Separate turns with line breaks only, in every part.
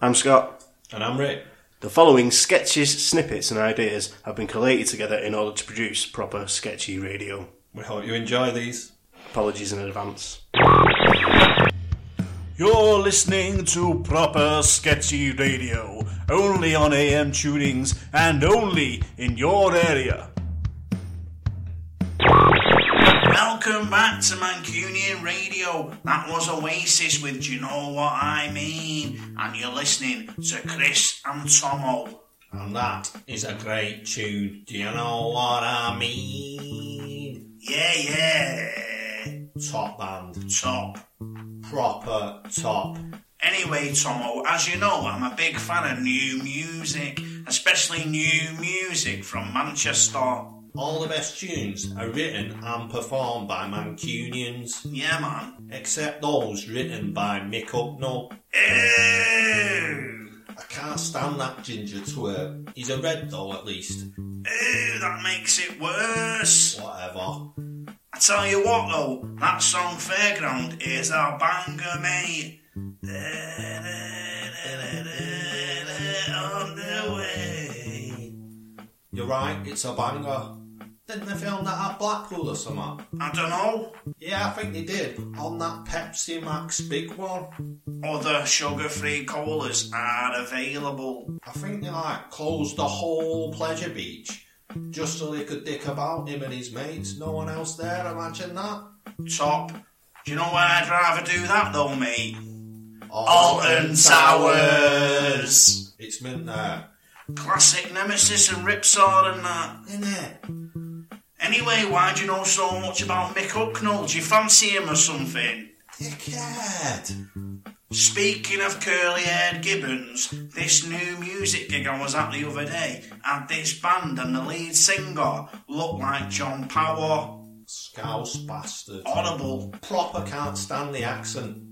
I'm Scott.
And I'm Rick.
The following sketches, snippets, and ideas have been collated together in order to produce proper sketchy radio.
We hope you enjoy these.
Apologies in advance. You're listening to proper sketchy radio, only on AM tunings and only in your area.
Welcome back to Mancunian Radio. That was Oasis with Do You Know What I Mean? And you're listening to Chris and Tomo.
And that is a great tune. Do you know what I mean?
Yeah, yeah.
Top band.
Top.
Proper top.
Anyway, Tomo, as you know, I'm a big fan of new music, especially new music from Manchester.
All the best tunes are written and performed by Mancunians,
Yeah, man.
except those written by Mick Hucknall.
Ew.
I can't stand that ginger twerp. He's a red though, at least.
Ew, that makes it worse.
Whatever.
I tell you what though, that song Fairground is a banger, mate. On the way.
You're right, it's a banger. Didn't they film that at Blackpool or something?
I don't know.
Yeah, I think they did. On that Pepsi Max big one.
Other sugar-free colas are available.
I think they like closed the whole pleasure beach just so they could dick about him and his mates. No one else there, imagine that.
Top. Do you know where I'd rather do that though, mate?
Alton
Alton Towers.
It's mint there.
Classic Nemesis and Ripsaw and that.
In it.
Anyway, why do you know so much about Mick Hucknall? Do you fancy him or something?
Dickhead.
Speaking of curly haired gibbons, this new music gig I was at the other day had this band and the lead singer looked like John Power.
Scouse bastard.
Horrible.
Proper can't stand the accent.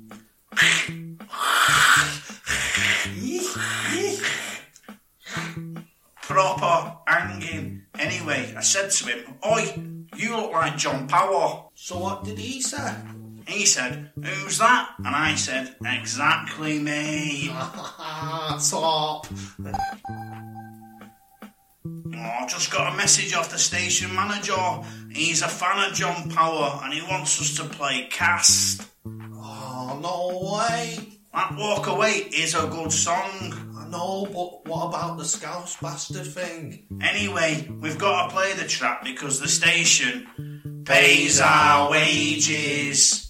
Proper hanging. Anyway, I said to him, Oi, you look like John Power.
So what did he say?
He said, Who's that? And I said, Exactly me.
Top.
Oh, I just got a message off the station manager. He's a fan of John Power and he wants us to play Cast.
Oh, no way.
That Walk Away is a good song.
I know, but what about the Scouse bastard thing?
Anyway, we've got to play the trap because the station pays our wages.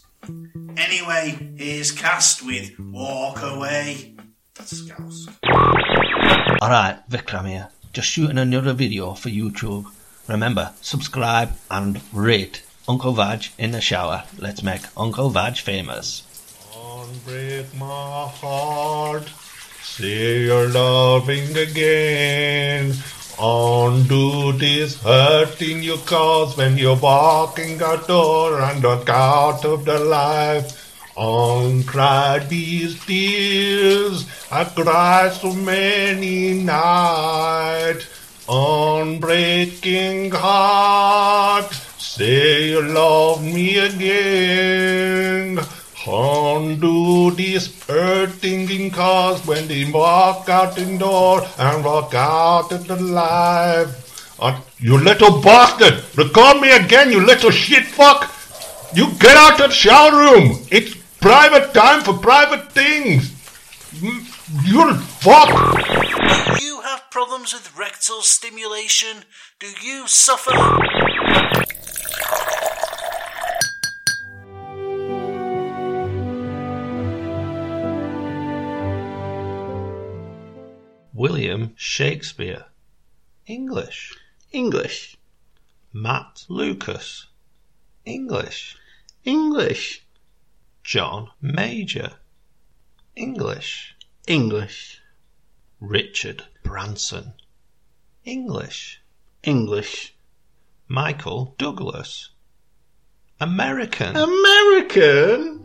Anyway, here's Cast with Walk Away.
The Scouse.
Alright, Vikram here. Just shooting another video for YouTube. Remember, subscribe and rate Uncle Vaj in the shower. Let's make Uncle Vaj famous.
Don't break my heart. Say you're loving again. Undo this hurting you cause when you're walking out door and walk out of the life. Uncry these tears. I cry so many nights. Unbreaking heart. Say you love me again. Undo this hurting cause when they walk out the door and walk out of the life. Uh, you little bastard! Record me again, you little shit fuck! You get out of the shower room! It's private time for private things! Mm, You fuck!
You have problems with rectal stimulation? Do you suffer?
William Shakespeare. English.
English,
Matt Lucas. English.
English,
John Major. English.
English,
Richard Branson. English.
English,
Michael Douglas. American.
American.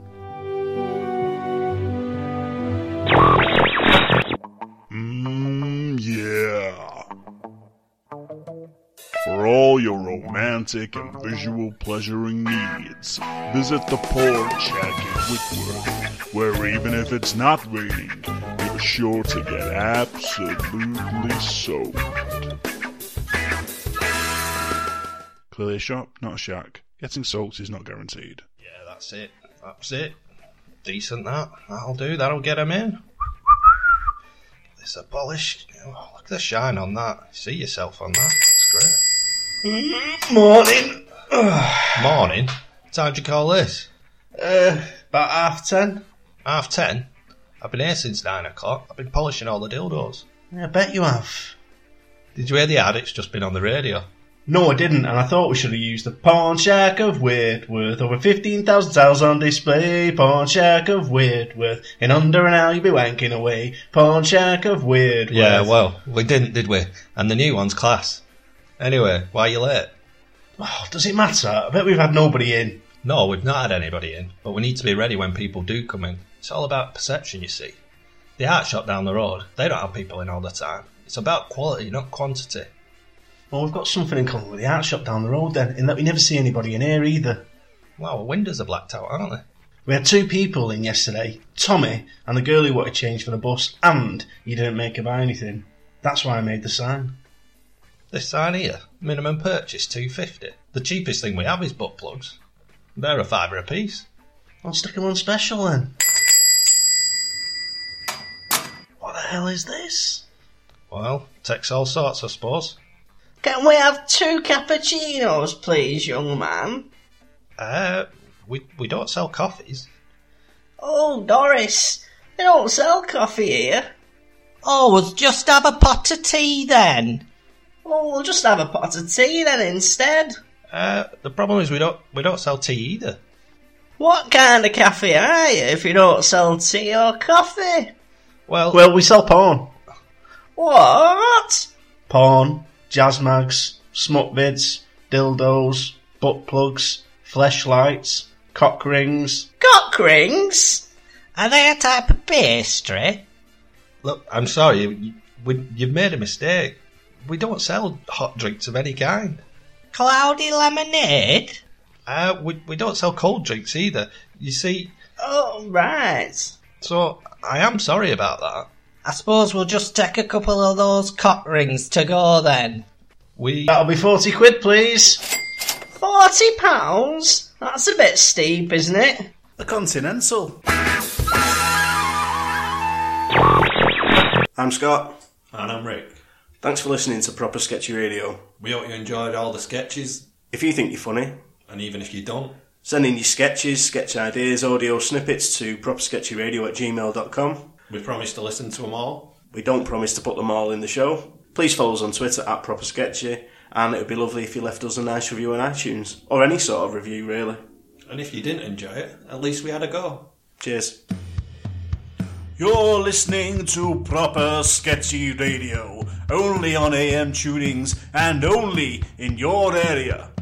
Mm, yeah. For all your romantic and visual pleasuring needs, visit the porn shack in Whitworth, where even if it's not raining, it
sure to get absolutely soaked. Clearly a shop, not a shack. Getting soaked is not guaranteed.
Yeah, that's it. That's it. Decent that. That'll do. That'll get him in. This abolished. Oh, look at the shine on that. See yourself on that. That's great. Mm, Morning. Morning. What time do you call this? Uh, about half ten. Half ten. I've been here since nine o'clock. I've been polishing all the dildos.
I bet you have.
Did you hear the ad? It's just been on the radio.
No, I didn't, and I thought we should have used the Pawn Shack of Weird worth over 15,000 tiles on display. Pawn Shack of Weird worth in under an hour you'll be wanking away. Pawn Shack of Weird worth
Yeah, well, we didn't, did we? And the new one's class. Anyway, why are you late?
Oh, does it matter? I bet we've had nobody in.
No, we've not had anybody in, but we need to be ready when people do come in. It's all about perception, you see. The art shop down the road, they don't have people in all the time. It's about quality, not quantity.
Well, we've got something in common with the art shop down the road then, in that we never see anybody in here either.
Wow, our windows are blacked out, aren't they?
We had two people in yesterday Tommy and the girl who wanted change for the bus, and you didn't make her buy anything. That's why I made the sign.
This sign here, minimum purchase 250. The cheapest thing we have is butt plugs. They're a fiver apiece.
I'll stick 'em on special then. What the hell is this?
Well, takes all sorts, I suppose.
Can we have two cappuccinos, please, young man?
Uh, we, we don't sell coffees.
Oh, Doris, they don't sell coffee here.
Oh, well, just have a pot of tea then.
Well, we'll just have a pot of tea then instead.
Uh, the problem is we don't we don't sell tea either.
What kind of cafe are you if you don't sell tea or coffee?
Well,
Well, we sell porn.
What?
Porn, jazz mags, smut vids, dildos, butt plugs, fleshlights, cock rings.
Cock rings?
Are they a type of pastry?
Look, I'm sorry, you, you, we- you've made a mistake. We don't sell hot drinks of any kind.
Cloudy lemonade?
Uh, we, we don't sell cold drinks either. You see,
Oh, right.
so I am sorry about that.
I suppose we'll just take a couple of those cock rings to go then.
We
That'll be 40 quid, please.
Forty pounds? That's a bit steep, isn't it?
The Continental.
I'm Scott.
And I'm Rick.
Thanks for listening to Proper Sketchy Radio.
We hope you enjoyed all the sketches,
If you think you're funny,
and even if you don't,
send in your sketches, sketch ideas, audio snippets to propersketchyradio at gmail.com.
we promise to listen to them all.
We don't promise to put them all in the show. Please follow us on Twitter at Proper Sketchy, and it would be lovely if you left us a nice review on iTunes, or any sort of review, really.
And if you didn't enjoy it, at least we had a go.
Cheers.
You're listening to Proper Sketchy Radio, only on AM tunings and only in your area.